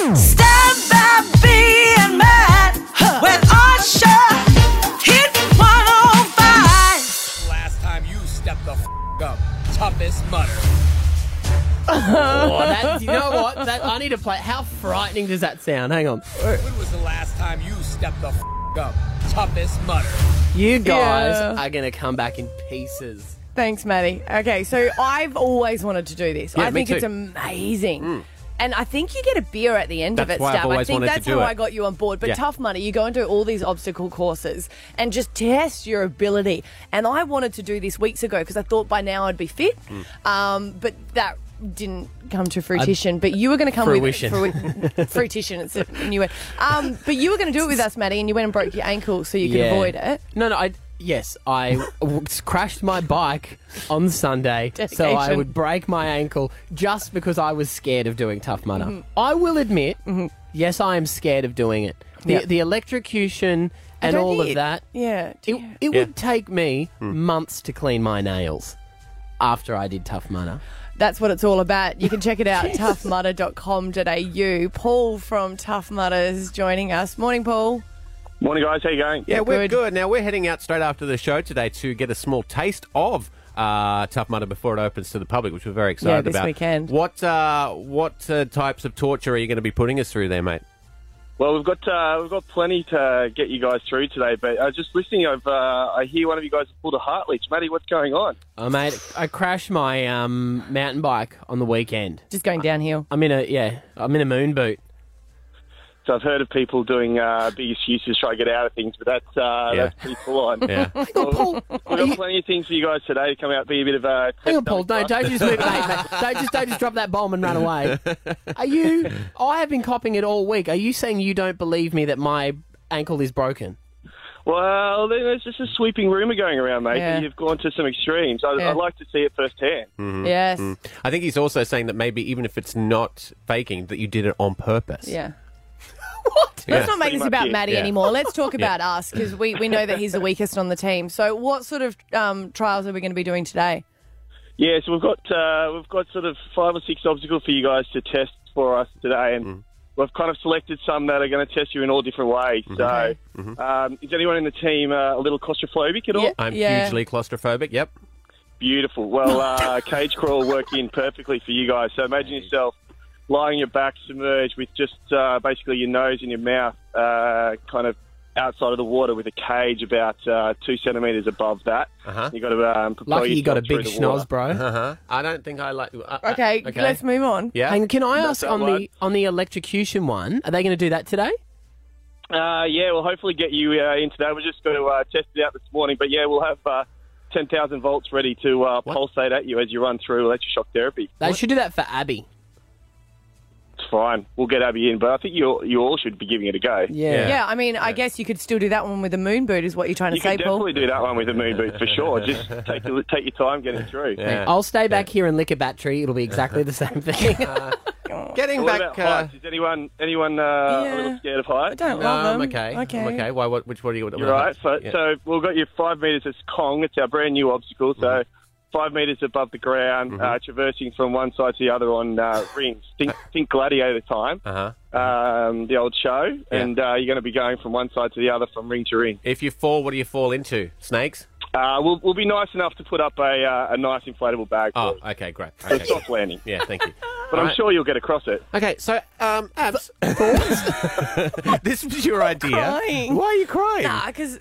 Stand by being mad when Usher hit 105. Last time you stepped the f- up, toughest mutter. Oh, that, you know what? That, I need to play. How frightening does that sound? Hang on. When was the last time you stepped the f- up, toughest mutter? You guys Yeah. are going to come back in pieces. Thanks, Maddie. Okay, so I've always wanted to do this. Yeah, I me think it's too. Mm. amazing. And I think you get a beer at the end of That's it, why I've Stab. I always think wanted to that's do how it. I got you on board. But Yeah. tough money, you go and do all these obstacle courses and just test your ability. And I wanted to do this weeks ago because I thought by now I'd be fit. Mm. Um, but that didn't come to fruition. but you were going to come Fruition. with fru- fruition. It's a new word. Um, but you were going to do it with us, Maddie, and you went and broke your ankle so you could Yeah. avoid it. No, no, I. Yes, I w- crashed my bike on Sunday, so I Dedication. would break my ankle just because I was scared of doing Tough Mudder. Mm-hmm. I will admit, yes, I am scared of doing it. The, Yeah. the electrocution I and don't all think of it- that, Yeah. do it, you- it would take me months to clean my nails after I did Tough Mudder. That's what it's all about. You can check it out at toughmutter.com.au. Paul from Tough Mudder is joining us. Morning, Paul. Morning, guys. How you going? Yeah, we're Good. good. Now we're heading out straight after the show today to get a small taste of uh, Tough Mudder before it opens to the public, which we're very excited this about. weekend. What uh, what uh, types of torture are you going to be putting us through there, mate? Well, we've got uh, we've got plenty to get you guys through today, but uh, just listening, I've, uh, I hear one of you guys pulled a heart leech. Matty, what's going on? I made I crashed my um, mountain bike on the weekend. Just going downhill. I'm in a yeah, I'm in a moon boot. So I've heard of people doing uh, big excuses to try to get out of things, but that's uh, Yeah. that's pretty full on. Yeah. Well, we've got plenty of things for you guys today to come out be a bit of a. Hang on, Paul. No, don't you just move, mate, mate. Don't just don't just drop that bomb and run away. Are you? I have been copying it all week. Are you saying you don't believe me that my ankle is broken? Well, there's just a sweeping rumour going around, mate. Yeah. that You've gone to some extremes. I, Yeah. I'd like to see it firsthand. Yes. Mm-hmm. Mm. I think he's also saying that maybe even if it's not faking, that you did it on purpose. Yeah. What? Let's not make Pretty this much about it, Maddie yeah. anymore. Let's talk about us because we, we know that he's the weakest on the team. So, what sort of um, trials are we going to be doing today? Yeah, so we've got uh, we've got sort of five or six obstacles for you guys to test for us today, and Mm-hmm. we've kind of selected some that are going to test you in all different ways. Okay. So, um, is anyone in the team uh, a little claustrophobic at all? Yeah. Mm-hmm. I'm hugely claustrophobic. Yep. Beautiful. Well, uh, cage crawl worked in perfectly for you guys. So imagine yourself lying on your back submerged with just uh, basically your nose and your mouth uh, kind of outside of the water with a cage about uh, two centimetres above that. Uh-huh. You've got to um, propel Lucky you got a yourself through big the water. Uh-huh. schnoz, bro. Uh huh. I don't think I like. Uh, uh, Okay, Okay. let's move on. Yeah. And can I ask that on one. the on the electrocution one? Are they going to do that today? Uh, yeah, we'll hopefully get you uh, in today. We're just going to uh, test it out this morning, but yeah, we'll have uh, 10,000 volts ready to uh, pulsate at you as you run through electroshock therapy. They should do that for Abby. It's fine. We'll get Abby in, but I think you you all should be giving it a go. Yeah, I mean, I guess you could still do that one with a moon boot, is what you're trying to You say, can Paul. definitely do that one with a moon boot for sure. Just take your, take your time getting through. Yeah. I'll stay back here and lick a battery. It'll be exactly the same thing. Getting What back. about Uh, heights? Is anyone anyone uh, Yeah. a little scared of heights? I don't no, love I'm them. okay. Okay. I'm okay. Why? What? Which one do you? You're right. So, so we've got your five metres as Kong. It's our brand new obstacle. So Mm-hmm. five metres above the ground, uh, traversing from one side to the other on uh, rings. Think, think gladiator time, Uh huh. um, the old show. And uh, you're going to be going from one side to the other from ring to ring. If you fall, what do you fall into? Snakes. Uh, we'll, we'll be nice enough to put up a, uh, a nice inflatable bag for Oh, you. okay, great. It's Okay. soft landing. Yeah, thank you. But I'm Right. sure you'll get across it. Okay, so um, abs. this was your idea. crying. Why are you crying? Nah, because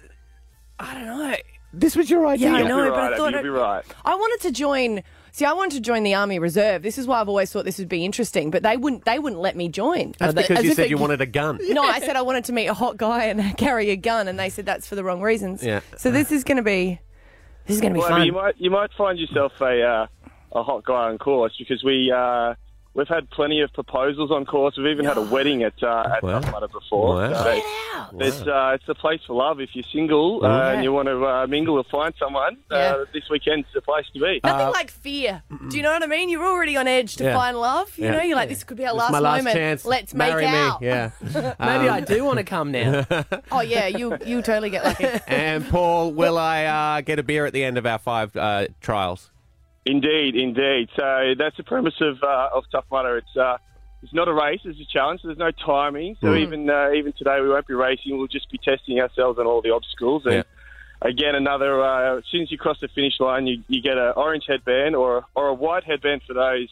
I don't know. This was your idea. Yeah, I You'll know, be but right, I Abby, thought you'll it- be right. I wanted to join. See, I wanted to join the Army Reserve. This is why I've always thought this would be interesting, but they wouldn't. They wouldn't let me join. That's because as you if said it- you wanted a gun. No, I said I wanted to meet a hot guy and carry a gun, and they said that's for the wrong reasons. Yeah. So this is going to be. This is going to be Well, I mean, fun. you might you might find yourself a uh, a hot guy on course because we uh, we've had plenty of proposals on course. We've even had a wedding at uh, at Wow. wow. before. Wow. So Get It's uh, it's a place for love if you're single uh, Yeah. and you want to uh, mingle or find someone. Yeah. Uh, this weekend's the place to be. Nothing like fear. Do you know what I mean? You're already on edge to Uh, Yeah. find love. You Yeah. know, you're like, this could be our last my last moment. chance. Let's Marry make me. out. Yeah. Um, Maybe I do want to come now. Oh yeah, you you totally get lucky. and Paul, will I uh, get a beer at the end of our five uh, trials? Indeed, indeed. So that's the premise of uh, of Tough Mudder. It's uh, It's not a race; it's a challenge. So there's no timing. So even uh, even today, we won't be racing. We'll just be testing ourselves on all the obstacles. And Yeah. again, another uh, as soon as you cross the finish line, you, you get an orange headband or or a white headband for those.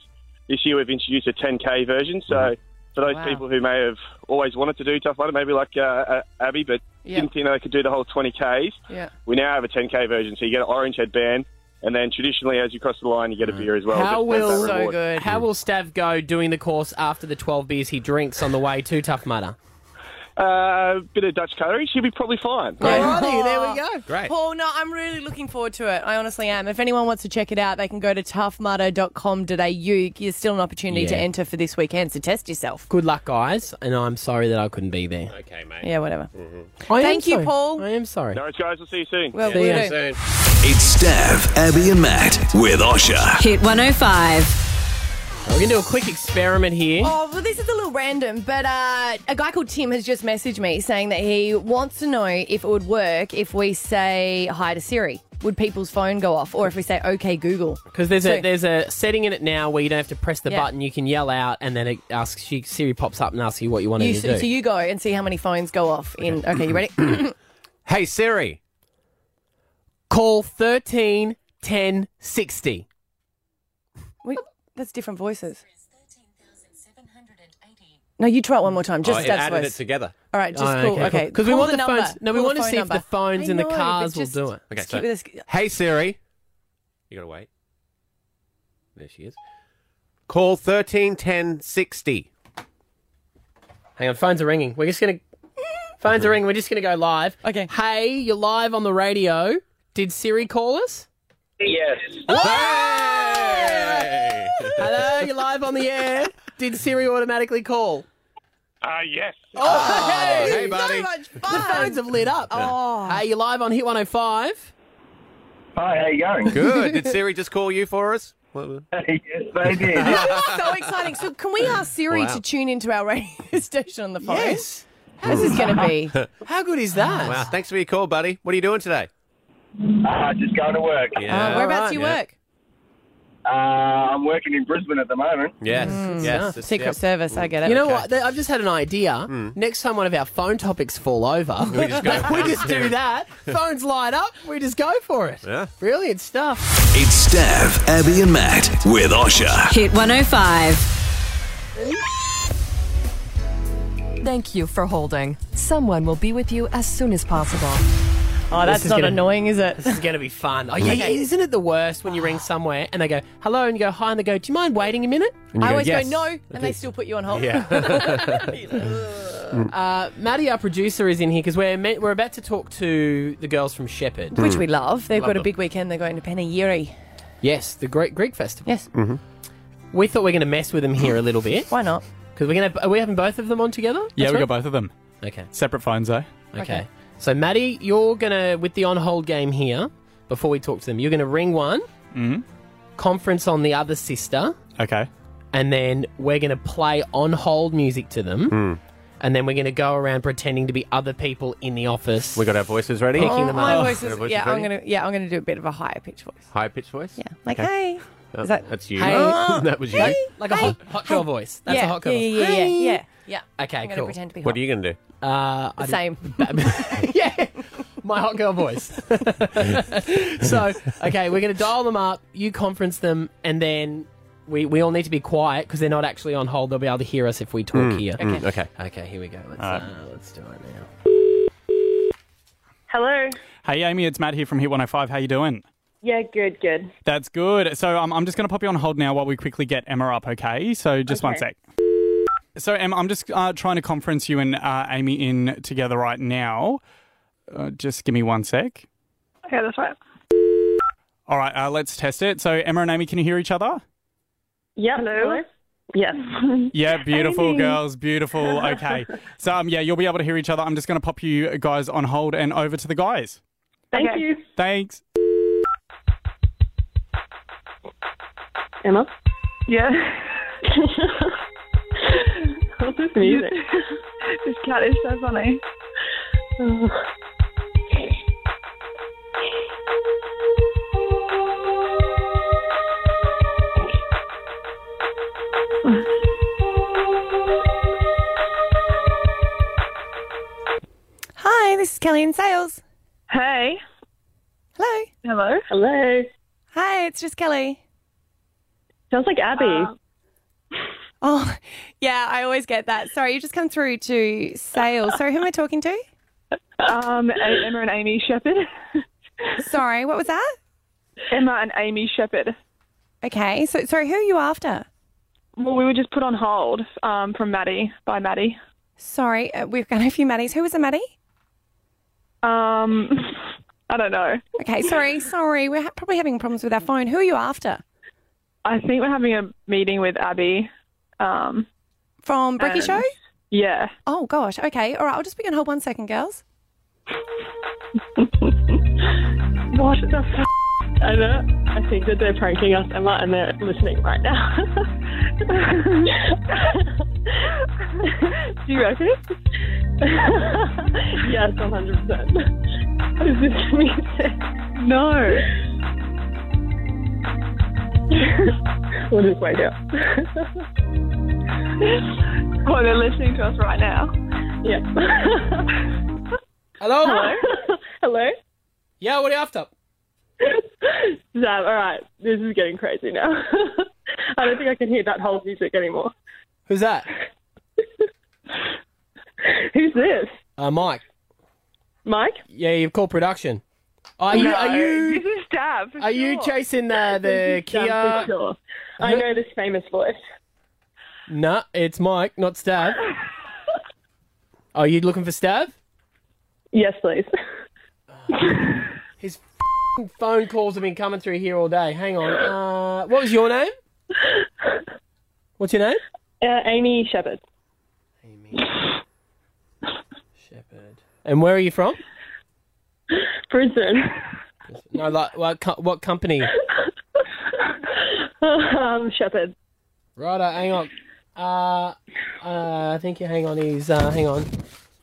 This year, we've introduced a 10k version. So for those Wow. people who may have always wanted to do tough runner, maybe like uh, uh, Abby, but Yeah. didn't think they could do the whole 20ks. Yeah. We now have a 10k version, so you get an orange headband, and then traditionally, as you cross the line, you get a beer as well. How just as that will- So reward. good. How will Stav go doing the course after the 12 beers he drinks on the way to Tough Mudder? Uh, bit of Dutch courage, he'll be probably fine. Alrighty, there we go. Great. Oh, Paul, no, I'm really looking forward to it. I honestly am. If anyone wants to check it out, they can go to toughmudder.com.au. There's still an opportunity to Yeah. enter for this weekend, so test yourself. Good luck, guys, and I'm sorry that I couldn't be there. Okay, mate. Mm-hmm. Yeah, whatever. I am Thank you, sorry. Paul. I am sorry. No worries, guys. We'll see you soon. Well, See we ya. do. Soon. It's Stav, Abby, and Matt with Osha. Hit 105. We're gonna do a quick experiment here. Oh, well, this is a little random, but uh, a guy called Tim has just messaged me saying that he wants to know if it would work if we say hi to Siri. Would people's phone go off? Or if we say, okay, Google? Because there's a Sorry. there's a setting in it now where you don't have to press the Yeah. button. You can yell out, and then it asks. She, Siri pops up and asks you what you wanted You, to so, do. so you go and see how many phones go off in. Okay, you ready? Hey, Siri. Call thirteen ten sixty. Wait, that's different voices. No, you try it one more time. Just oh, it Stav's added voice. it together. All right, Oh, just call. Okay, Because we Call want the, number. phones. No, we Call want to phone see number. if the phones I and the know, but cars just- will do it. Okay, just so- keep with this- Hey, Siri. You gotta wait. There she is. Call thirteen ten sixty. Hang on, phones are ringing. We're just gonna phones are ringing. We're just gonna go live. Okay. Hey, you're live on the radio. Did Siri call us? Yes. Hey! Hello, you're live on the air. Did Siri automatically call? Uh, yes. Oh, Oh, hey, buddy. The phones have lit up. Oh. Hey, you're live on Hit 105. Hi, how you going? Good. Did Siri just call you for us? What- yes, they did. so exciting. So can we ask Siri Wow. to tune into our radio station on the phone? How's this going to be? How good is that? Wow. Thanks for your call, buddy. What are you doing today? Uh, just going to work. Uh, whereabouts do you Yeah. work? Uh, I'm working in Brisbane at the moment. Yes. Yes. It's- Mm. Secret yep. Mm. Service. I get it. You know Okay. what? Th- I've just had an idea. Next time one of our phone topics fall over, we just go- just do that. Phones light up. We just go for it. Yeah. Brilliant stuff. It's Stav, Abby, and Matt with Osha. Hit 105. Thank you for holding. Someone will be with you as soon as possible. oh, that's is not gonna- annoying, is it? Ah. This is going to be fun. Oh, yeah, yeah. Isn't it the worst when you ring somewhere and they go, hello, and you go, hi, and they go, do you mind waiting a minute? I always yes. go no, and they still put you on hold. Yeah. Uh, Maddie, our producer, is in here because we're, me- we're about to talk to the girls from Shepherd. Which we love. They've got a them. big weekend. They're going to Panayiri. Yes, the Great Greek Festival. Yes. Mm. We thought we are going to mess with them here a little bit Why not? because we're going to. Are we having both of them on together? Yeah, we That's got right? both of them. Okay. Separate eh? phones, though. okay, So Maddie, you're going to with the on hold game here. Before we talk to them, you're going to ring one, conference on the other sister, Mm-hmm. Okay. and then we're going to play on hold music to them, Mm. and then we're going to go around pretending to be other people in the office. we got our voices ready. Picking Oh, them my up. voice Your is, voice is yeah, I'm ready? gonna yeah, I'm gonna do a bit of a higher pitch voice. High pitch voice. Oh, Yeah, like hey, is that That's you. Hey. that was you. like a hot, hot girl voice. That's yeah, a hot girl. yeah, voice. yeah, yeah, Hey. yeah, yeah, yeah. Okay, I'm gonna cool. pretend to be hot. What are you gonna do? Uh, I didn't- Same. yeah, my hot girl voice. Uh, so, okay, we're going to dial them up. You conference them, and then we, we all need to be quiet because they're not actually on hold. They'll be able to hear us if we talk Hmm. Mm, here. Okay. Okay. here we go. Let's, uh, let's do it now. Hello. Hey, Amy, it's Matt here from Hit 105. How you doing? Yeah, good, good. That's good. So um, I'm just going to pop you on hold now while we quickly get Emma up, okay? So just one sec. So, Emma, I'm just uh, trying to conference you and uh, Amy in together right now. Uh, just give me one sec. Okay, that's right. All right, uh, let's test it. So, Emma and Amy, can you hear each other? Yeah. Hello. Yes. Yeah, beautiful girls, beautiful. Okay. So, um, yeah, you'll be able to hear each other. I'm just going to pop you guys on hold and over to the guys. Thank you, Thanks. Emma. Yeah. What's this music? this cat is so funny. Kelly in sales. Hey. Hello. Hello. Hello. Hi, it's just Kelly. Sounds like Abby. Uh, Oh, yeah, I always get that. Sorry, you just come through to sales. Sorry, who am I talking to? Um, A- Emma and Amy Shepherd. Sorry, what was that? Emma and Amy Shepherd. Okay, so sorry, who are you after? Well, we were just put on hold um, from Maddie by Maddie. Sorry, uh, we've got a few Maddies. Who was the Maddie? Um, I don't know. Okay, sorry, sorry. We're ha- probably having problems with our phone. Who are you after? I think we're having a meeting with Abby. Um, From Bricky and- Show? Yeah. Oh, gosh. Okay, all right, I'll just put you on hold one second, girls. What the f? Emma, I think that they're pranking us, Emma, and they're listening right now. Do you reckon? Hmm. yes, 100%. Is this music? No. we'll just wait out. oh, they're listening to us right now. Yeah. Hello? Hello? Yeah, what are you after? Zab, all right, this is getting crazy now. I don't think I can hear that whole music anymore. Who's that? Who's this? Uh, Mike. Mike? Yeah, you've called production. Are you, are you, This is Dab. for are you sure. chasing uh, the This is Dab for Kia? Uh-huh. sure. I know this famous voice. Nah, it's Mike, not Stav. Are you looking for Stav? Yes, please. His f***ing phone calls have been coming through here all day. Hang on. Uh, what was your name? What's your name? Uh, Amy Shepherd. Shepherd. And where are you from? Brisbane. No, like what, co- what company? um, Shepherd. Right, hang on. Uh, uh, I think you hang on. He's uh, hang on.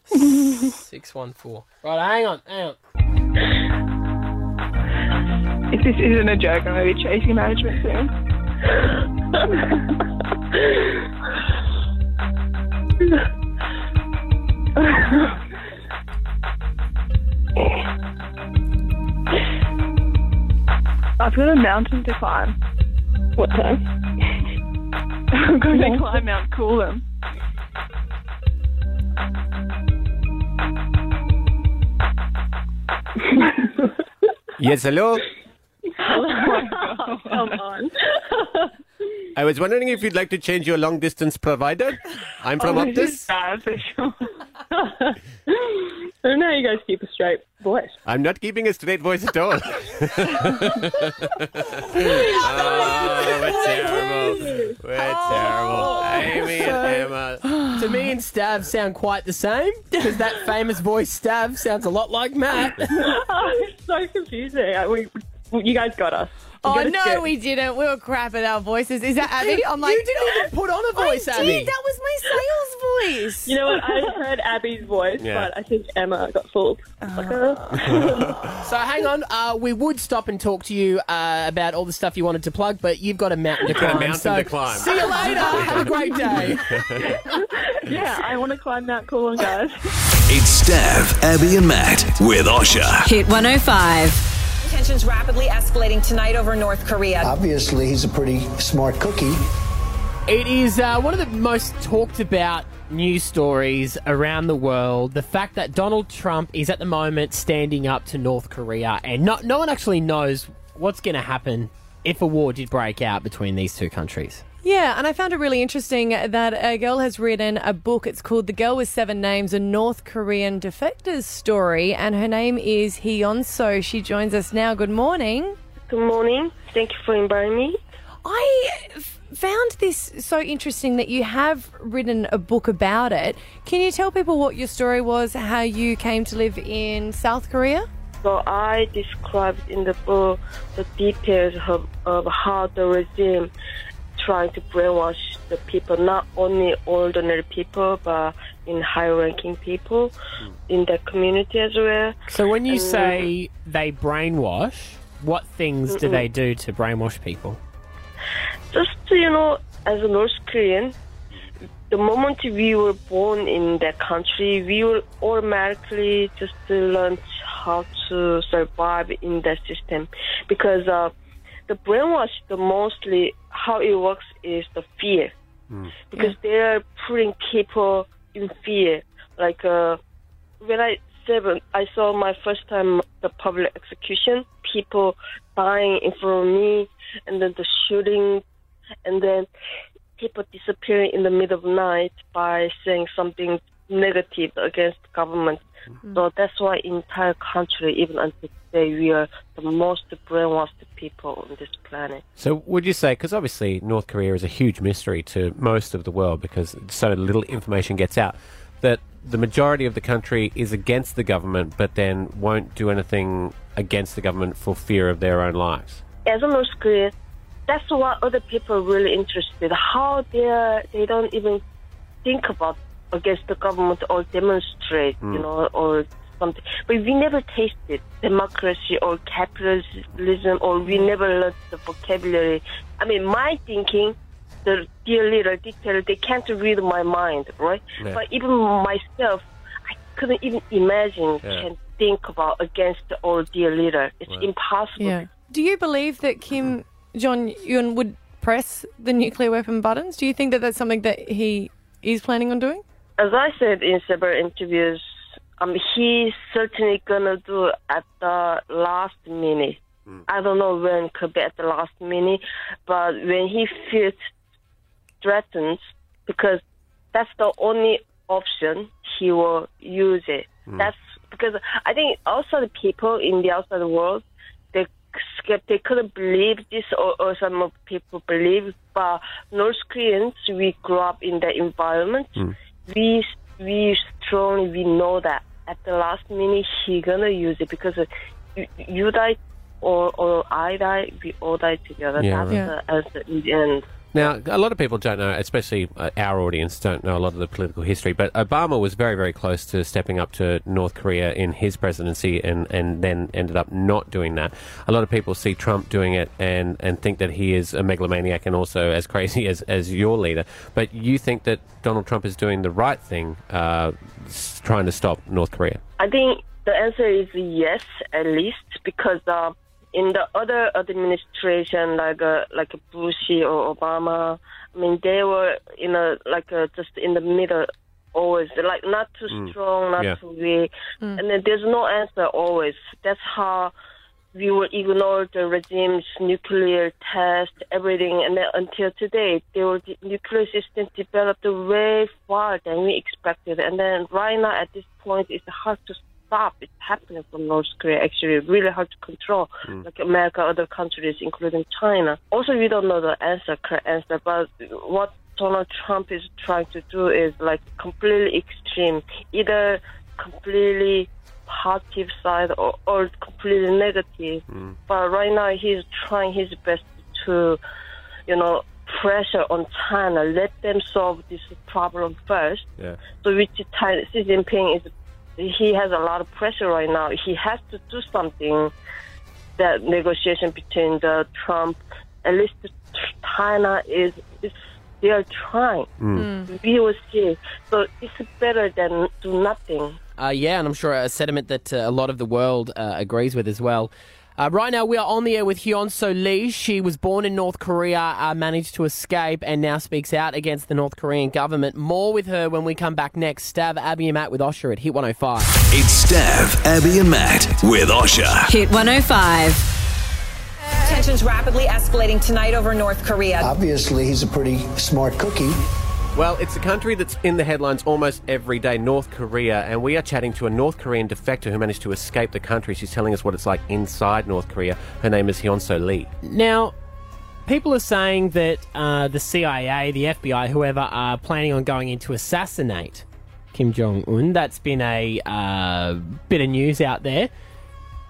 Six one four. Right, hang on, hang on. If this isn't a joke, I'm going to be chasing management soon. I've got a mountain to climb. What time? I'm going to climb Mount Coolum. Yes, hello. Come on. I was wondering if you'd like to change your long distance provider. I'm from This is Optus. bad for sure. I don't know how you guys keep a straight voice. I'm not keeping a straight voice at all. oh, we're terrible. We're Oh, terrible. Amy and Emma. To me and Stav sound quite the same because that famous voice Stav sounds a lot like Matt. Oh, it's so confusing. I- We, you guys got us. You Oh, got us no, good. we didn't. We were crap at our voices. Is that Abby? I'm like, you didn't even put on a voice, I Abby. did. That was my sales voice. You know what? I've heard Abby's voice, Yeah. but I think Emma got fooled. Like, uh, So hang on, uh, we would stop and talk to you uh, about all the stuff you wanted to plug, but you've got a mountain to Got a climb. mountain so to climb. See you later. Have a great day. yeah, I want to climb Mount Coolum, guys. It's Stav, Abby, and Matt with Osha. Hit 105. Tensions rapidly escalating tonight over North Korea. Obviously, he's a pretty smart cookie. It is uh, one of the most talked about news stories around the world. The fact that Donald Trump is at the moment standing up to North Korea, and no, no one actually knows what's going to happen if a war did break out between these two countries. Yeah, and I found it really interesting that a girl has written a book. It's called The Girl with Seven Names, a North Korean defector's story, and her name is Hyeon So. She joins us now. Good morning. Good morning. Thank you for inviting me. I f- found this so interesting that you have written a book about it. Can you tell people what your story was, how you came to live in South Korea? So I described in the book the details of, of how the regime trying to brainwash the people, not only ordinary people, but in high-ranking people in the community as well. So when you say they brainwash, what things do they do to brainwash people? Just you know, as a North Korean, the moment we were born in that country, we will automatically just learn how to survive in that system because uh, the brainwash, the mostly how it works is the fear because they are putting people in fear. Like uh, when I seven, I saw my first time the public execution, people dying in front of me, and then the shooting, and then people disappearing in the middle of night by saying something negative against government. So that's why entire country, even until today, we are the most brainwashed people on this planet. So, would you say, because obviously North Korea is a huge mystery to most of the world because so little information gets out, that the majority of the country is against the government but then won't do anything against the government for fear of their own lives? as a North Korean, that's what other people are really interested. How they are they don't even think about against the government or demonstrate, you Mm. know, or something. But we never tasted democracy or capitalism, or we never learned the vocabulary. I mean, my thinking, the dear little dictator, they can't read my mind, right? Yeah. But even myself, I couldn't even imagine Yeah. can think about against or dear leader. It's Right. impossible. Yeah. Do you believe that Kim Jong Un would press the nuclear weapon buttons? Do you think that that's something that he is planning on doing? as I said in several interviews, um, he's certainly gonna do at the last minute. I don't know when could be at the last minute, but when he feels threatened, because that's the only option he will use it. Mm. That's because I think also the people in the outside world they scared, they couldn't believe this, or, or some of people believe. But North Koreans, we grew up in that environment. Mm, We we strongly we know that at the last minute he gonna use it because uh, you, you die or or I die, we all die together. Yeah, That's right. the answer in the end. Now, a lot of people don't know, especially uh, our audience, don't know a lot of the political history, but Obama was very, very close to stepping up to North Korea in his presidency and, and then ended up not doing that. A lot of people see Trump doing it and, and think that he is a megalomaniac and also as crazy as, as your leader. But you think that Donald Trump is doing the right thing, uh, s- trying to stop North Korea? I think the answer is yes, at least because uh, in the other administration, like uh, like Bush or Obama, I mean they were in a like uh, just in the middle always, like not too Mm. strong, not Yeah. too weak, and then there's no answer always. That's how we will ignore the regime's nuclear test, everything, and then until today, the nuclear system developed way far than we expected. And then right now, at this point, it's hard to stop. It's happening from North Korea, actually, really hard to control, Mm. like America, other countries, including China. Also, we don't know the answer, correct answer, but what Donald Trump is trying to do is like completely extreme, either completely positive side or, or completely negative. Mm, But right now, he's trying his best to, you know, pressure on China, let them solve this problem first. Yeah. So which China, Xi Jinping is, he has a lot of pressure right now. He has to do something. That negotiation between the Trump, at least China is, is they are trying. Mm. We will see. So it's better than do nothing. Uh, yeah, and I'm sure a sentiment that uh, a lot of the world uh, agrees with as well. Uh, right now, we are on the air with Hyun So Lee. She was born in North Korea, uh, managed to escape, and now speaks out against the North Korean government. More with her when we come back next. Stab Abby and Matt with Osher at Hit 105. It's Stav, Abby, and Matt with Osha. Hit 105. Tensions rapidly escalating tonight over North Korea. Obviously, he's a pretty smart cookie. Well, it's a country that's in the headlines almost every day, North Korea, and we are chatting to a North Korean defector who managed to escape the country. She's telling us what it's like inside North Korea. Her name is Hyunso Lee. Now, people are saying that uh, the CIA, the FBI, whoever, are planning on going in to assassinate Kim Jong Un. That's been a uh, bit of news out there.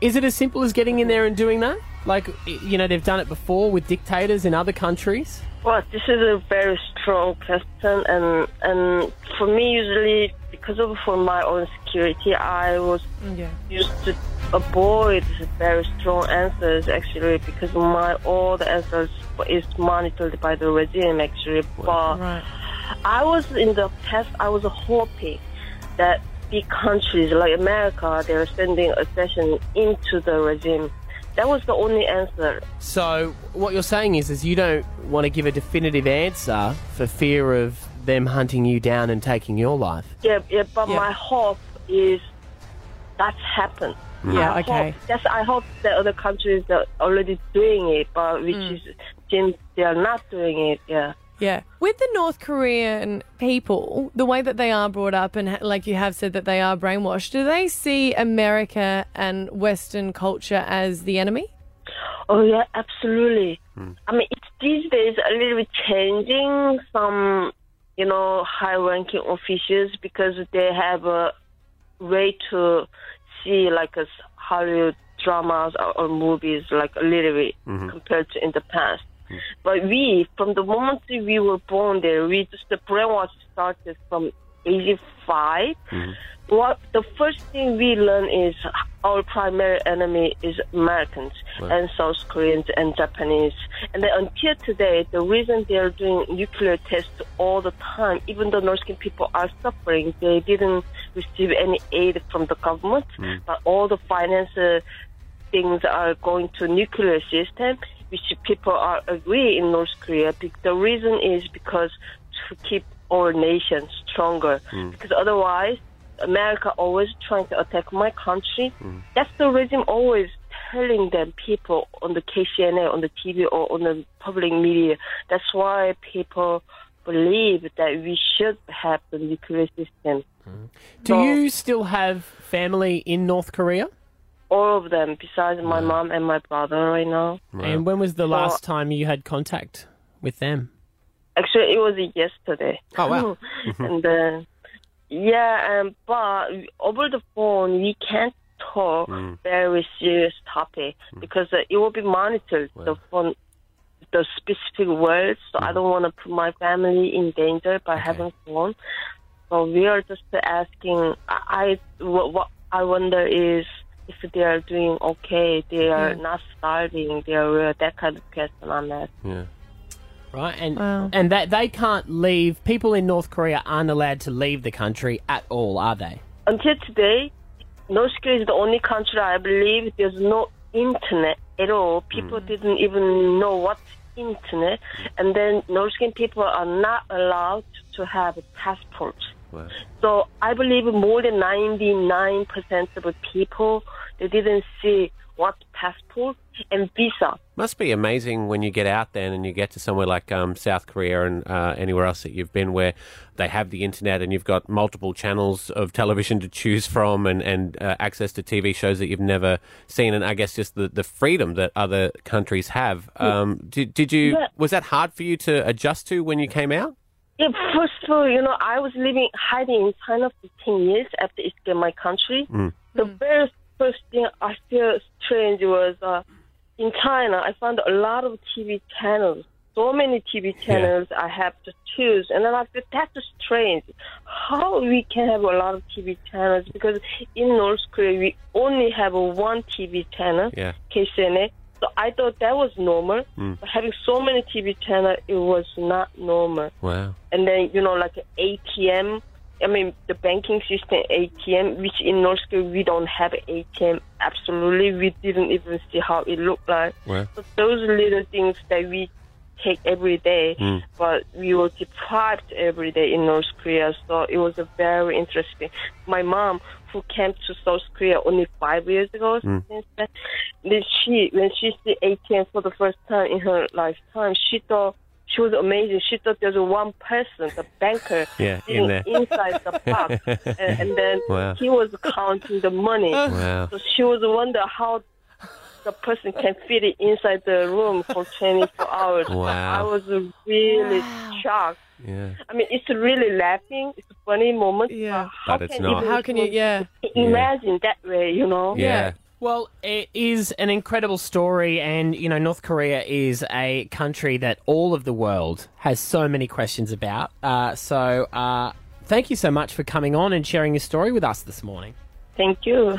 Is it as simple as getting in there and doing that? Like, y- you know, they've done it before with dictators in other countries. Well, this is a very strong question, and and for me, usually because of for my own security, I was Mm, used to avoid very strong answers actually because my all the answers is monitored by the regime actually. But I was in the past, I was hoping that big countries like America, they were sending a session into the regime. That was the only answer. So what you're saying is, is you don't want to give a definitive answer for fear of them hunting you down and taking your life. Yeah, yeah but my hope is that's happened. Yeah, I okay. Hope, that's, I hope that other countries are already doing it, but which Mm. is since they are not doing it, yeah. Yeah. With the North Korean people, the way that they are brought up, and ha- like you have said, that they are brainwashed, do they see America and Western culture as the enemy? Oh, yeah, absolutely. Mm, I mean, it's these days a little bit changing some, you know, high-ranking officials because they have a way to see like a s- Hollywood dramas or, or movies like a little bit mm-hmm. Mhm. compared to in the past. But we, from the moment we were born there, we just the brainwash started from 85 Mm, what the first thing we learn is our primary enemy is Americans Right. and South Koreans and Japanese. And then until today, the reason they are doing nuclear tests all the time, even though North Korean people are suffering, they didn't receive any aid from the government, Mm. but all the finance uh, things are going to nuclear system, which people are agree in North Korea. Be- The reason is because to keep our nation stronger, Mm. because otherwise America always trying to attack my country. That's the reason always telling them people on the KCNA, on the TV, or on the public media. That's why people believe that we should have the nuclear system. Hmm. Do you still have family in North Korea? All of them, besides my mom and my brother, right now. And when was the So- last time you had contact with them? Actually, it was yesterday. Oh, wow. and uh, yeah, um, but over the phone we can't talk Mm. very serious topic because uh, it will be monitored the phone, the specific words. So I don't want to put my family in danger by having phone. So we are just asking. I, I what, what I wonder is if they are doing okay. They are Mm. not starving. They are uh, that kind of question I'm asking. Yeah. Right, and and that they can't leave. People in North Korea aren't allowed to leave the country at all, are they? until today, North Korea is the only country I believe there's no internet at all. People didn't even know what internet, and then North Korean people are not allowed to have passports. So I believe more than 99% of the people they didn't see what passport and visa. Must be amazing when you get out then and you get to somewhere like um, South Korea and uh, anywhere else that you've been where they have the internet and you've got multiple channels of television to choose from and, and uh, access to TV shows that you've never seen. And I guess just the, the freedom that other countries have. Um, did, did you, Yeah. was that hard for you to adjust to when you came out? Yeah, first of all, you know, I was living hiding in China for 10 years after escaping my country. Mm. The very first thing I feel strange was uh, in China, I found a lot of TV channels. So many TV channels I have to choose. And then I feel that's strange. How we can have a lot of TV channels? Because in North Korea, we only have one TV channel, Yeah. KCNA. So I thought that was normal. Mm. But having so many TV channels, it was not normal Wow. and then you know like ATM. I mean the banking system ATM, which in North Korea we don't have ATM. Absolutely, we didn't even see how it looked like. Wow. So those little things that we take every day, Hmm. Mm. but we were deprived every day in North Korea. So it was a very interesting. My mom, who came to South Korea only five years ago, Hmm. Mm. since then, then she when she see ATM for the first time in her lifetime, she thought she was amazing. She thought there's one person, the banker, Yeah, in sitting there. inside the box, and, and then Wow. he was counting the money. Wow. So she was wonder how the person can fit it inside the room for 24 hours. Wow. I was really shocked. Yeah. I mean, it's really laughing. It's a funny moment. Yeah. How But it's can not. even How can you- Yeah. Imagine that way, you know. Well, it is an incredible story, and you know, North Korea is a country that all of the world has so many questions about. Uh, so, uh, thank you so much for coming on and sharing your story with us this morning. Thank you.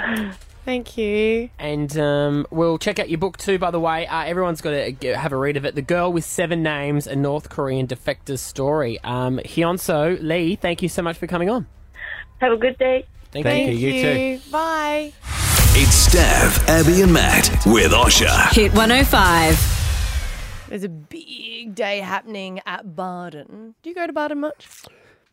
Thank you. And um, we'll check out your book too, by the way. Uh, everyone's got to g- have a read of it. The Girl with Seven Names, a North Korean Defector's Story. Um, Hyunso Lee, thank you so much for coming on. Have a good day. Thank Thank you. you. You too. Bye. It's Stav, Abby, and Matt with Osha. Hit 105. There's a big day happening at Baden. Do you go to Baden much,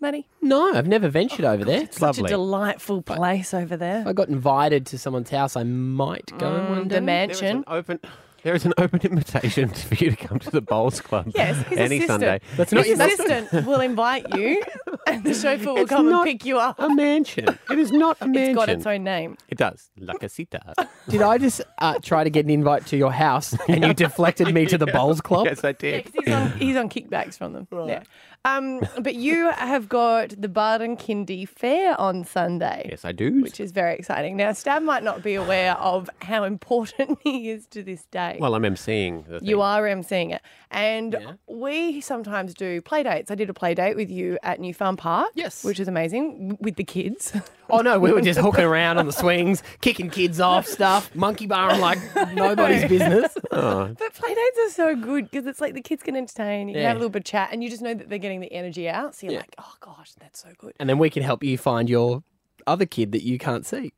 Maddie? No, Oh, I've never ventured over there. It's Such a delightful place over there. If I got invited to someone's house, I might go Mm, one the day. mansion. open. There is an open invitation for you to come to the Bowls Club Yes, his any assistant. Sunday. his assistant will invite you, and the chauffeur will It's come and not pick you up. A mansion. It is not a It's mansion. got its own name. It does. La Casita. Did I just uh, try to get an invite to your house and you deflected me to the bowls club? Yes, I did. He's on, he's on kickbacks from them. Yeah. Um, but you have got the Baden Kindy Fair on Sunday. Yes, I do. Which is very exciting. Now, Stan might not be aware of how important he is to this day. Well, I'm emceeing the thing. You are emceeing it. And we sometimes do play dates. I did a play date with you at New Farm Park. Yes. Which is amazing w- with the kids. Oh no, we were just hooking around on the swings, kicking kids off, stuff, monkey barring like nobody's business. Oh, But play dates are so good because it's like the kids can entertain, you can Yeah. have a little bit of chat, and you just know that they're getting the energy out. So you're Yeah. like, oh gosh, that's so good. And then we can help you find your other kid that you can't see.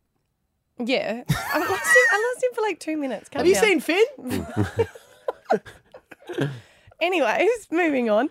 Yeah. I lost him, I lost him for like two minutes. Calm Have you down. seen Finn? Anyways, moving on.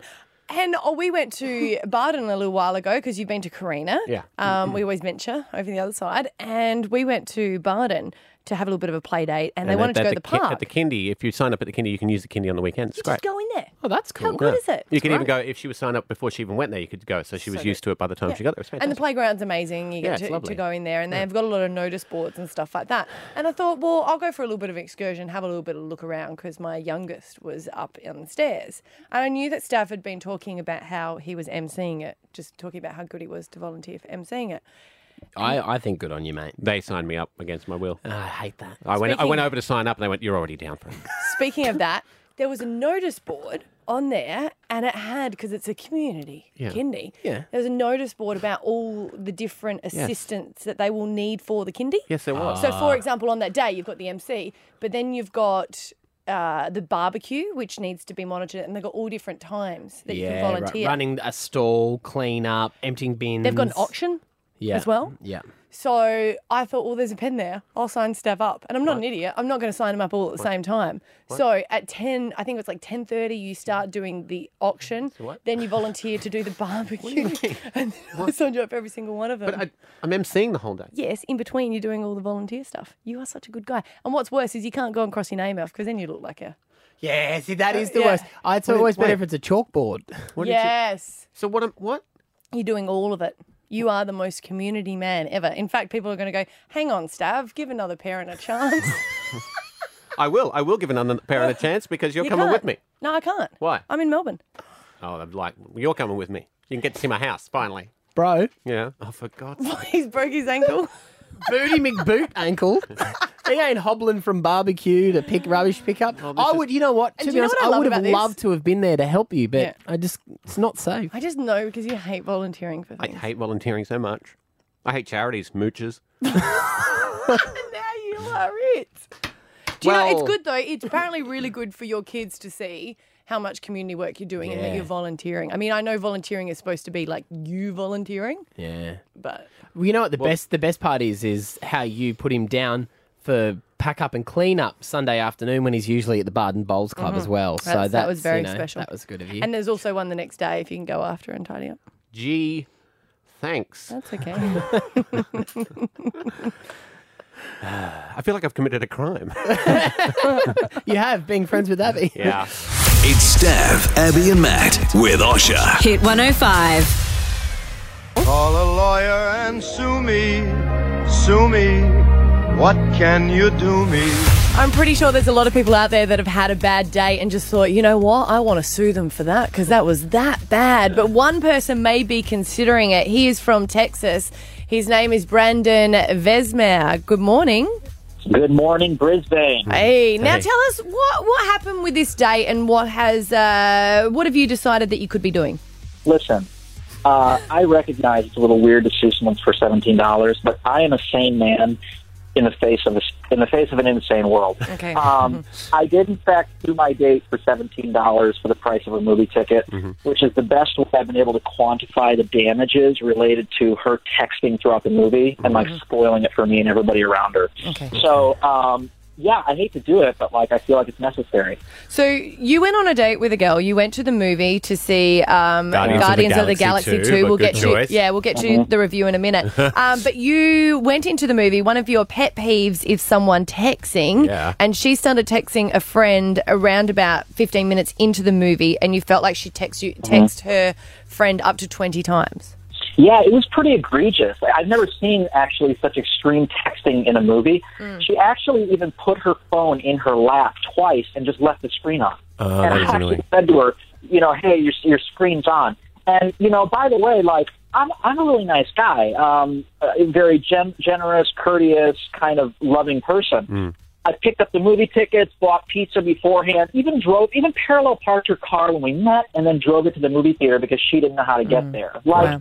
And oh, we went to Baden a little while ago because you've been to Karina. Yeah. Mm-hmm. Um, we always venture over the other side. And we went to Baden to have a little bit of a play date. And, they at- wanted to at go to the ki- park. At the kindy, if you sign up at the kindy, you can use the kindy on the weekends. It's great. Just go in there. Oh, that's How good is it? You could even go if she was signed up before she even went there. You could go, so she was used to it by the time she got there. It was And the fantastic. playground's amazing. You Yeah, get it's to, to lovely. go in there, and they've got a lot of notice boards and stuff like that. And I thought, well, I'll go for a little bit of excursion, have a little bit of look around, because my youngest was up on the stairs. And I knew that Staff had been talking about how he was emceeing it, just talking about how good he was to volunteer for emceeing it. I, I think good on you, mate. Ah, they signed me up against my will. I hate that. I went. I Speaking- went over to sign up, and they went, "You're already down for it." Speaking of that, there was a notice board on there, and it had because it's a community Yeah. kindy. Yeah. There was a notice board about all the different assistance that they will need for the kindy. Yes, there was. So, for example, on that day you've got the MC, but then you've got. Uh, the barbecue, which needs to be monitored, and they've got all different times that you can Yeah, right. volunteer. running a stall, clean up, emptying bins. They've got an auction yeah. as well. Yeah. So I thought, well, there's a pen there. I'll sign Stav up, and I'm not an idiot. I'm not going to sign him up all at the same time. So at ten, I think it was like ten thirty, you start doing the auction. Then you volunteer to do the barbecue, and then I signed you up for every single one of them. But I, I'm emceeing the whole day. yes, in between, you're doing all the volunteer stuff. You are such a good guy. And what's worse is you can't go and cross your name off because then you look like a Yeah, see, that is the Yeah. worst. I- It's always wait. better if it's a chalkboard. What did you- yes. so what? am- What? You're doing all of it. You are the most community man ever. In fact, people are going to go, hang on, Stav, give another parent a chance. I will. I will give another parent a chance because you're You coming with can't. me. No, I can't. Why? I'm in Melbourne. Oh, I'm like you're coming with me. You can get to see my house finally. Bro, Yeah. Oh, for God's sake. He's broke his ankle. Booty McBoot ankle. He ain't hobbling from barbecue to pick rubbish pickup. I is- would, you know what? To do be you know honest, what I I, love would about have this? loved to have been there to help you, but Yeah. I just, it's not safe. I just know because you hate volunteering for I things. hate volunteering so much. I hate charities, mooches. and now you are it. Do you know, Well- it's good though. It's apparently really good for your kids to see how much community work you're doing and that Yeah. you're volunteering. I mean, I know volunteering is supposed to be like you volunteering, Yeah. but Well, you know what the best the best part is is how you put him down for pack up and clean up Sunday afternoon when he's usually at the Barden Bowls Club as well. so Mm-hmm. That's- that was that's, very you know, special. That was good of you. and there's also one the next day if you can go after and tidy up. Gee, thanks. That's okay. I feel like I've committed a crime. you have being friends with Abby. yeah. It's Stav, Abby, and Matt with Osha. Hit 105. Call a lawyer and sue me, sue me. What can you do me? I'm pretty sure there's a lot of people out there that have had a bad day and just thought, you know what, I want to sue them for that because that was that bad. But one person may be considering it. He is from Texas. His name is Brandon Vesmer. Good morning. Good morning, Brisbane. Hey, now Hey. tell us what what happened with this day and what has uh, what have you decided that you could be doing? Listen, uh, I recognize it's a little weird to sue someone for seventeen dollars, but I am a sane man. in the face of a, in the face of an insane world. Okay. Um, I did in fact do my date for seventeen dollars for the price of a movie ticket, Mm-hmm. which is the best way I've been able to quantify the damages related to her texting throughout the movie and like Mhm. spoiling it for me and everybody around her. Mm-hmm. Okay. So um, yeah, I hate to do it, but like I feel like it's necessary. So you went on a date with a girl. You went to the movie to see um, Guardians Guardians, of the of the Galaxy Galaxy 2, Two. but We'll good get to choice. yeah, we'll get to Mhm. the review in a minute. um, but you went into the movie. One of your pet peeves is someone texting, Yeah. and she started texting a friend around about fifteen minutes into the movie, and you felt like she text you text her friend up to twenty times. Yeah, it was pretty egregious. Like, I've never seen actually such extreme texting in a movie. Hmm. She actually even put her phone in her lap twice and just left the screen on. Oh, and that I is annoying. actually said to her, you know, hey, your your screen's on. And you know, by the way, like I'm I'm a really nice guy, um, uh, very gen- generous, courteous, kind of loving person. Hmm. I picked up the movie tickets, bought pizza beforehand, even drove, even parallel parked her car when we met, and then drove it to the movie theater because she didn't know how to get Mm. there. Like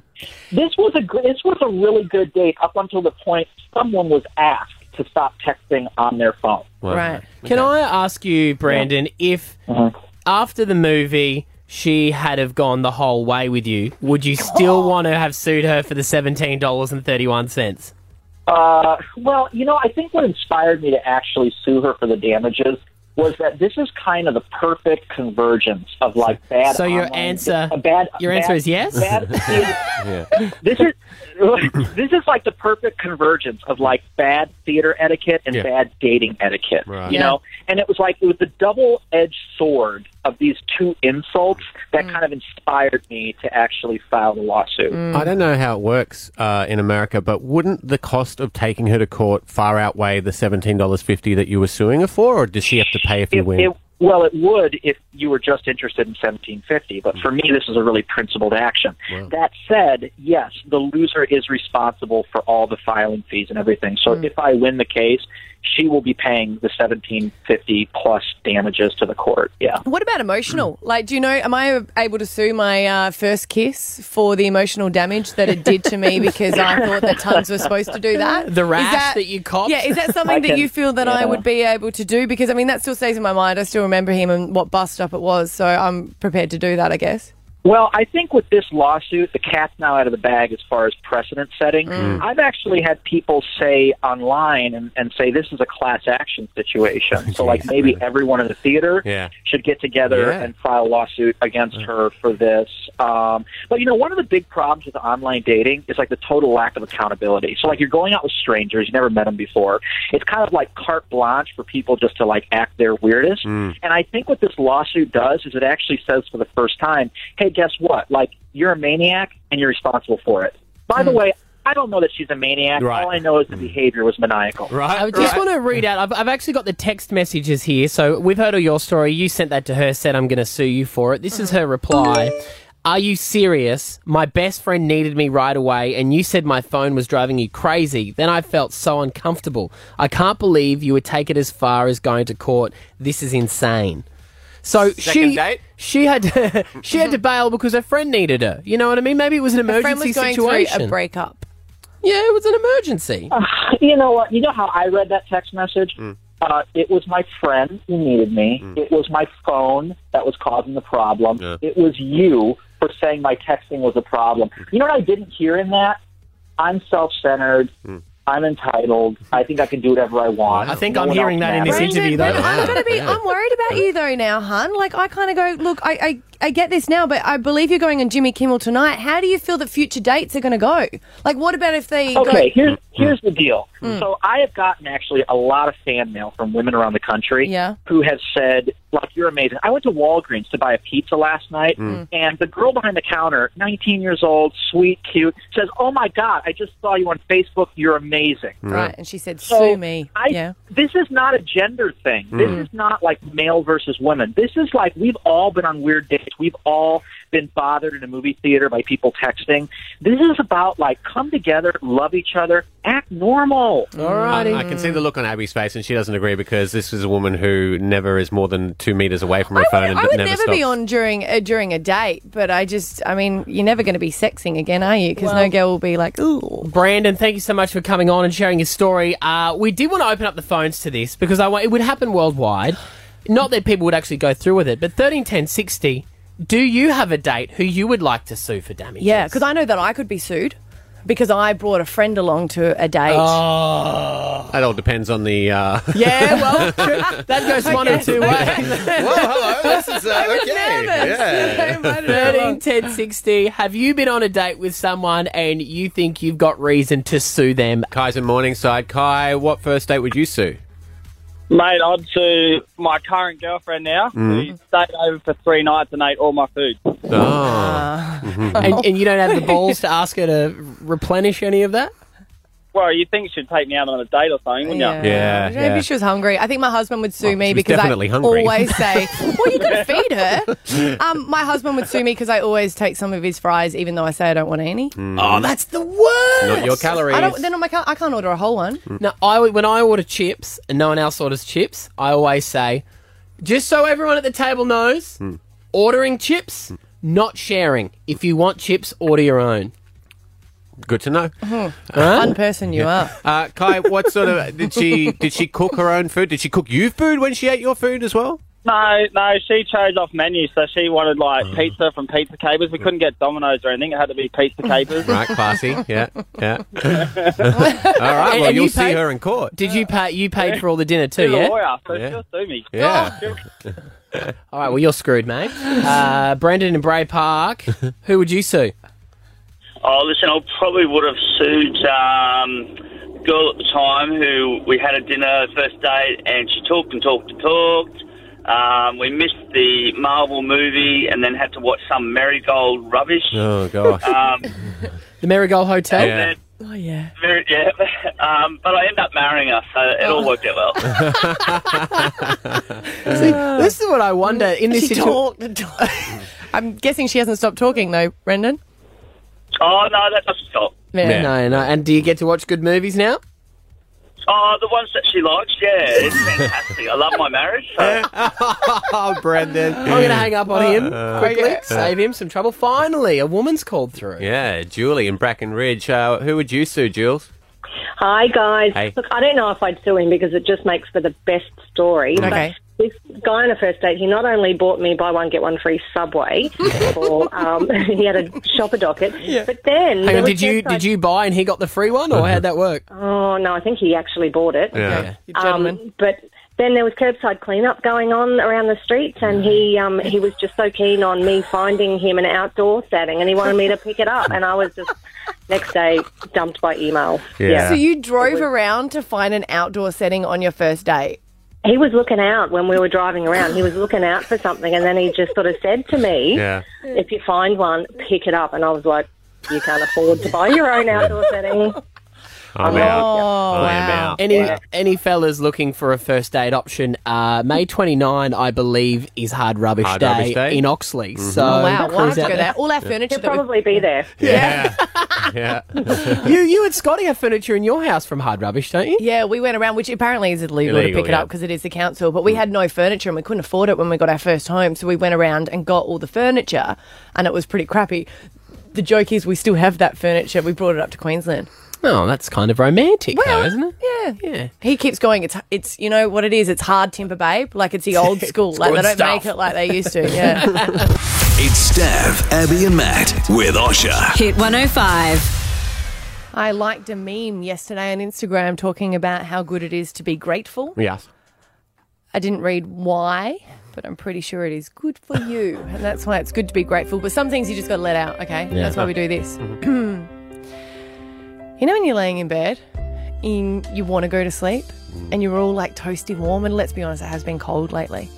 this was a gr- this was a really good date up until the point someone was asked to stop texting on their phone. Right. Can I ask you, Brandon, if Uh-huh. after the movie she had have gone the whole way with you, would you still Oh. want to have sued her for the seventeen dollars and thirty one cents? Uh, well, you know, I think what inspired me to actually sue her for the damages was that this is kind of the perfect convergence of like bad. So your online- answer- a bad, your answer bad- is yes? Bad, this is this is like the perfect convergence of like bad theater etiquette and bad dating etiquette. You Yeah. know, and it was like it was the double edged sword of these two insults that kind of inspired me to actually file the lawsuit. Mm. I don't know how it works uh, in America, but wouldn't the cost of taking her to court far outweigh the seventeen dollars fifty that you were suing her for, or does she have to pay if you win? It, well, it would if you were just interested in 1750, but for me, this is a really principled action. That said, yes, the loser is responsible for all the filing fees and everything. So if I win the case, she will be paying the 1750 plus damages to the court. Yeah. What about emotional? Like, do you know, am I able to sue my uh, first kiss for the emotional damage that it did to me because I thought that tongues were supposed to do that? The Is rash that you copped? Yeah, is that something I that can- you feel that I yeah. would be able to do? Because, I mean, that still stays in my mind. I still remember him and what bust up it was. So I'm prepared to do that, I guess. Well, I think with this lawsuit, the cat's now out of the bag as far as precedent setting. Mm. I've actually had people say online and, and say this is a class action situation. So, like, maybe everyone in the theater Yeah. should get together Yeah. and file a lawsuit against her for this. Um, but you know, one of the big problems with online dating is like the total lack of accountability. So like you're going out with strangers, you never met them before. It's kind of like carte blanche for people just to like act their weirdest. Hmm. And I think what this lawsuit does is it actually says for the first time, hey, guess what? Like you're a maniac and you're responsible for it. By the way, I don't know that she's a maniac. Right. All I know is the behavior was maniacal. Right. I just want to read out. I've, I've actually got the text messages here. So we've heard of your story. You sent that to her, said, I'm going to sue you for it. This is her reply. Are you serious? My best friend needed me right away, and you said my phone was driving you crazy. Then I felt so uncomfortable. I can't believe you would take it as far as going to court. This is insane. So Second she date? she had to, she had to bail because her friend needed her. You know what I mean? Maybe it was an My emergency friend was going situation. through a breakup. Yeah, it was an emergency. Uh, you know what? You know how I read that text message? Uh, it was my friend who needed me. It was my phone that was causing the problem. It was you for saying my texting was a problem. You know what I didn't hear in that? I'm self centered. I'm entitled. I think I can do whatever I want. I think No I'm one hearing else that in this matters. interview, though. I'm gonna be. I'm worried about you though now, hun. Like I kind of go, look, I, I I get this now, but I believe you're going on Jimmy Kimmel tonight. How do you feel that future dates are gonna go? Like, what about if they? go, Okay, Mm. here's here's the deal. So I have gotten actually a lot of fan mail from women around the country Yeah. who have said, "Like you're amazing." I went to Walgreens to buy a pizza last night, Mm. and the girl behind the counter, 19 years old, sweet, cute, says, "Oh my god, I just saw you on Facebook. You're amazing." right, and she said, So "Sue me." I, yeah. This is not a gender thing. This Mm. is not like male versus women. This is like we've all been on weird dates life. We've all been bothered in a movie theater by people texting. This is about like come together, love each other, act normal. I, I can see the look on Abby's face, and she doesn't agree because this is a woman who never is more than two meters away from her phone and I would never, never stops. be on during uh, during a date, but I just, I mean, you're never going to be sexing again, are you? Because no girl will be like, ooh. Brandon, thank you so much for coming on and sharing your story. Uh, we did want to open up the phones to this because I want, it would happen worldwide. Not that people would actually go through with it, but 13, 10, 60, do you have a date who you would like to sue for damage? Yeah, because I know that I could be sued because I brought a friend along to a date. Oh. That all depends on the. Uh... Yeah, well, that goes one of two ways. hello. This is uh, okay. Yeah. 13, 10, 60, have you been on a date with someone and you think you've got reason to sue them? Kai's in Morningside. Kai, what first date would you sue? Mate, I'd sue my current girlfriend now. Mm. Ah. who Stayed over for three nights and ate all my food. Oh. Ah. Mm-hmm. And, and you don't have the balls to ask her to replenish any of that? Well, you think she'd take me out on a date or something, wouldn't Yeah. Yeah, you? Maybe she was hungry. I think my husband would sue me she was because I definitely hungry. always say, "Well, you gotta feed her." Um, my husband would sue me because I always take some of his fries, even though I say I don't want any. Oh, that's the worst. Not your calories. I don't. Then I'm like, I can't order a whole one. Mm. No, I when I order chips and no one else orders chips, I always say, just so everyone at the table knows, Mm. ordering chips, not sharing. If you want chips, order your own. Good to know. Huh? Huh. Mm-hmm. Fun person you are. Uh, Kai, what sort of did she did she cook her own food? Did she cook you food when she ate your food as well? No, no, she chose off menu, so she wanted like Ah. pizza from Pizza Capers. We couldn't get Domino's or anything; it had to be Pizza Capers. Right, classy. Yeah, yeah. All right. And- Well, and you'll you see paid- her in court. Did you pay? You paid for all the dinner too, She's yeah? Oh. a lawyer, so Yeah. she'll sue me. Yeah. All right. Well, you're screwed, mate. Uh, Brandon in Bray Park. Who would you sue? Oh, listen, I probably would have sued um, girl at the time who we had a dinner first date, and she talked and talked and talked. Um, we missed the Marvel movie, and then had to watch some marigold rubbish. Oh gosh. Um, The Marigold Hotel. and then- Oh yeah. very- yeah. Um, but I ended up marrying her, so it Oh. all worked out well. See, this is what I wonder in this She situ- talked and talked. I'm guessing she hasn't stopped talking though, Brendan. Oh no, that doesn't stop. Yeah, No, no. And do you get to watch good movies now? Oh, the ones that she likes, yeah, it's fantastic. I love my marriage. So. oh, Brendan. I'm going to hang up on him Uh, quickly. okay. Save him some trouble. Finally, a woman's called through. Yeah, Julie in Brackenridge. Uh, who would you sue, Jules? Hi, guys. Hey. Look, I don't know if I'd sue him because it just makes for the best story. Okay. But this guy on a first date, he not only bought me buy one, get one free Subway, or um, he had a shopper docket, but then... Hang there on, was did you just, like- did you buy and he got the free one, or how'd that work? Oh, no, I think he actually bought it. Yeah. Um, but then there was curbside cleanup going on around the streets, and he um, he was just so keen on me finding him an outdoor setting, and he wanted me to pick it up, and I was just next day dumped by email. So you drove around to find an outdoor setting on your first date. he was looking out when we were driving around. He was looking out for something, and then he just sort of said to me, Yeah. "If you find one, pick it up." And I was like, "You can't afford to buy your own outdoor setting." I'm out. I am out. Oh, Any Yeah. any fellas looking for a first date option? Uh, May 29, I believe, is Hard Rubbish, Hard day, Rubbish Day. in Oxley. Mhm. So Oh, wow, we'll have cruise to out go there. All Yeah. our furniture. He'll probably be there. Yeah. yeah. you you and Scotty have furniture in your house from Hard Rubbish, don't you? Yeah, we went around, which apparently is illegal, Illegal, to pick it yeah. up because it is the council. But we had no furniture and we couldn't afford it when we got our first home, so we went around and got all the furniture, and it was pretty crappy. The joke is we still have that furniture. We brought it up to Queensland. Oh, that's kind of romantic, though, isn't it? Yeah, yeah. He keeps going. It's it's you know what it is. It's hard timber, babe. Like it's the old school. like they good don't stuff. make it like they used to. Yeah. It's Steph, Abby, and Matt with Osha. Hit 105. I liked a meme yesterday on Instagram talking about how good it is to be grateful. Yes. I didn't read why, but I'm pretty sure it is good for you. And that's why it's good to be grateful. But some things you just got to let out, okay? Yeah. That's why we do this. you know, when you're laying in bed and you want to go to sleep and you're all like toasty warm, and let's be honest, it has been cold lately.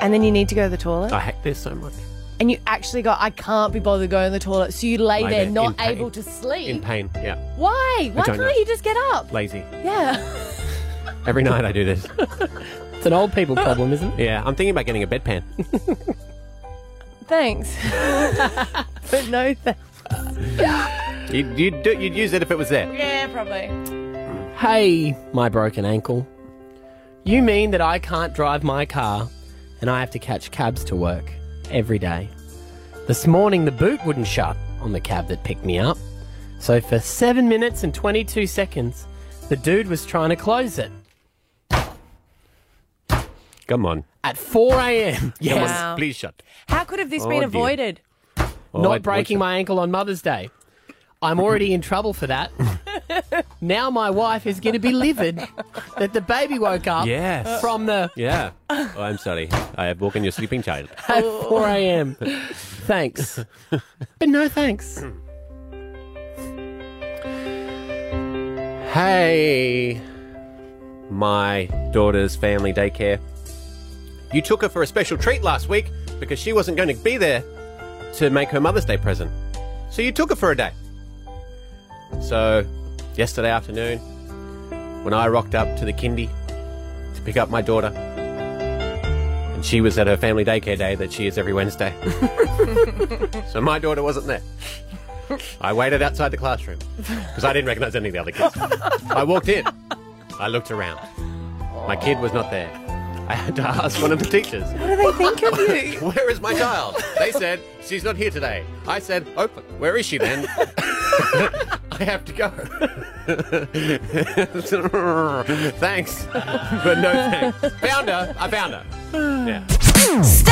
And then you need to go to the toilet I hate this so much. and you actually go, I can't be bothered going to the toilet. So you Lay lay, there, there in not pain. able to sleep. In pain. Yeah. Why? Why don't can't know. you just get up? Lazy. Yeah. Every night I do this. It's an old people problem, isn't it? Yeah. I'm thinking about getting a bedpan. thanks. but no thanks. You'd, you'd, do, you'd use it if it was there. Yeah, probably. Hey, my broken ankle. You mean that I can't drive my car and I have to catch cabs to work every day? This morning the boot wouldn't shut on the cab that picked me up. So for 7 minutes and 22 seconds, the dude was trying to close it. Come on. At 4 a.m. Come on, please shut. How could have this Oh, been dear. avoided? Oh, Not I'd- breaking my ankle on Mother's Day. I'm already in trouble for that. now my wife is going to be livid that the baby woke up uh, Yes. from the Yeah. Oh, I'm sorry. I have woken your sleeping child. at 4 a.m. Thanks. But no thanks. Hey, my daughter's family daycare. You took her for a special treat last week because she wasn't going to be there to make her Mother's Day present. So you took her for a day. So, yesterday afternoon, when I rocked up to the kindy to pick up my daughter, and she was at her family daycare day that she is every Wednesday. so my daughter wasn't there. I waited outside the classroom because I didn't recognize any of the other kids. I walked in. I looked around. My kid was not there. I had to ask one of the teachers, What do they think of you? Where is my child? They said, She's not here today. I said, Open. Where is she then? I have to go. thanks, but no thanks. Found her. I found her. Yeah.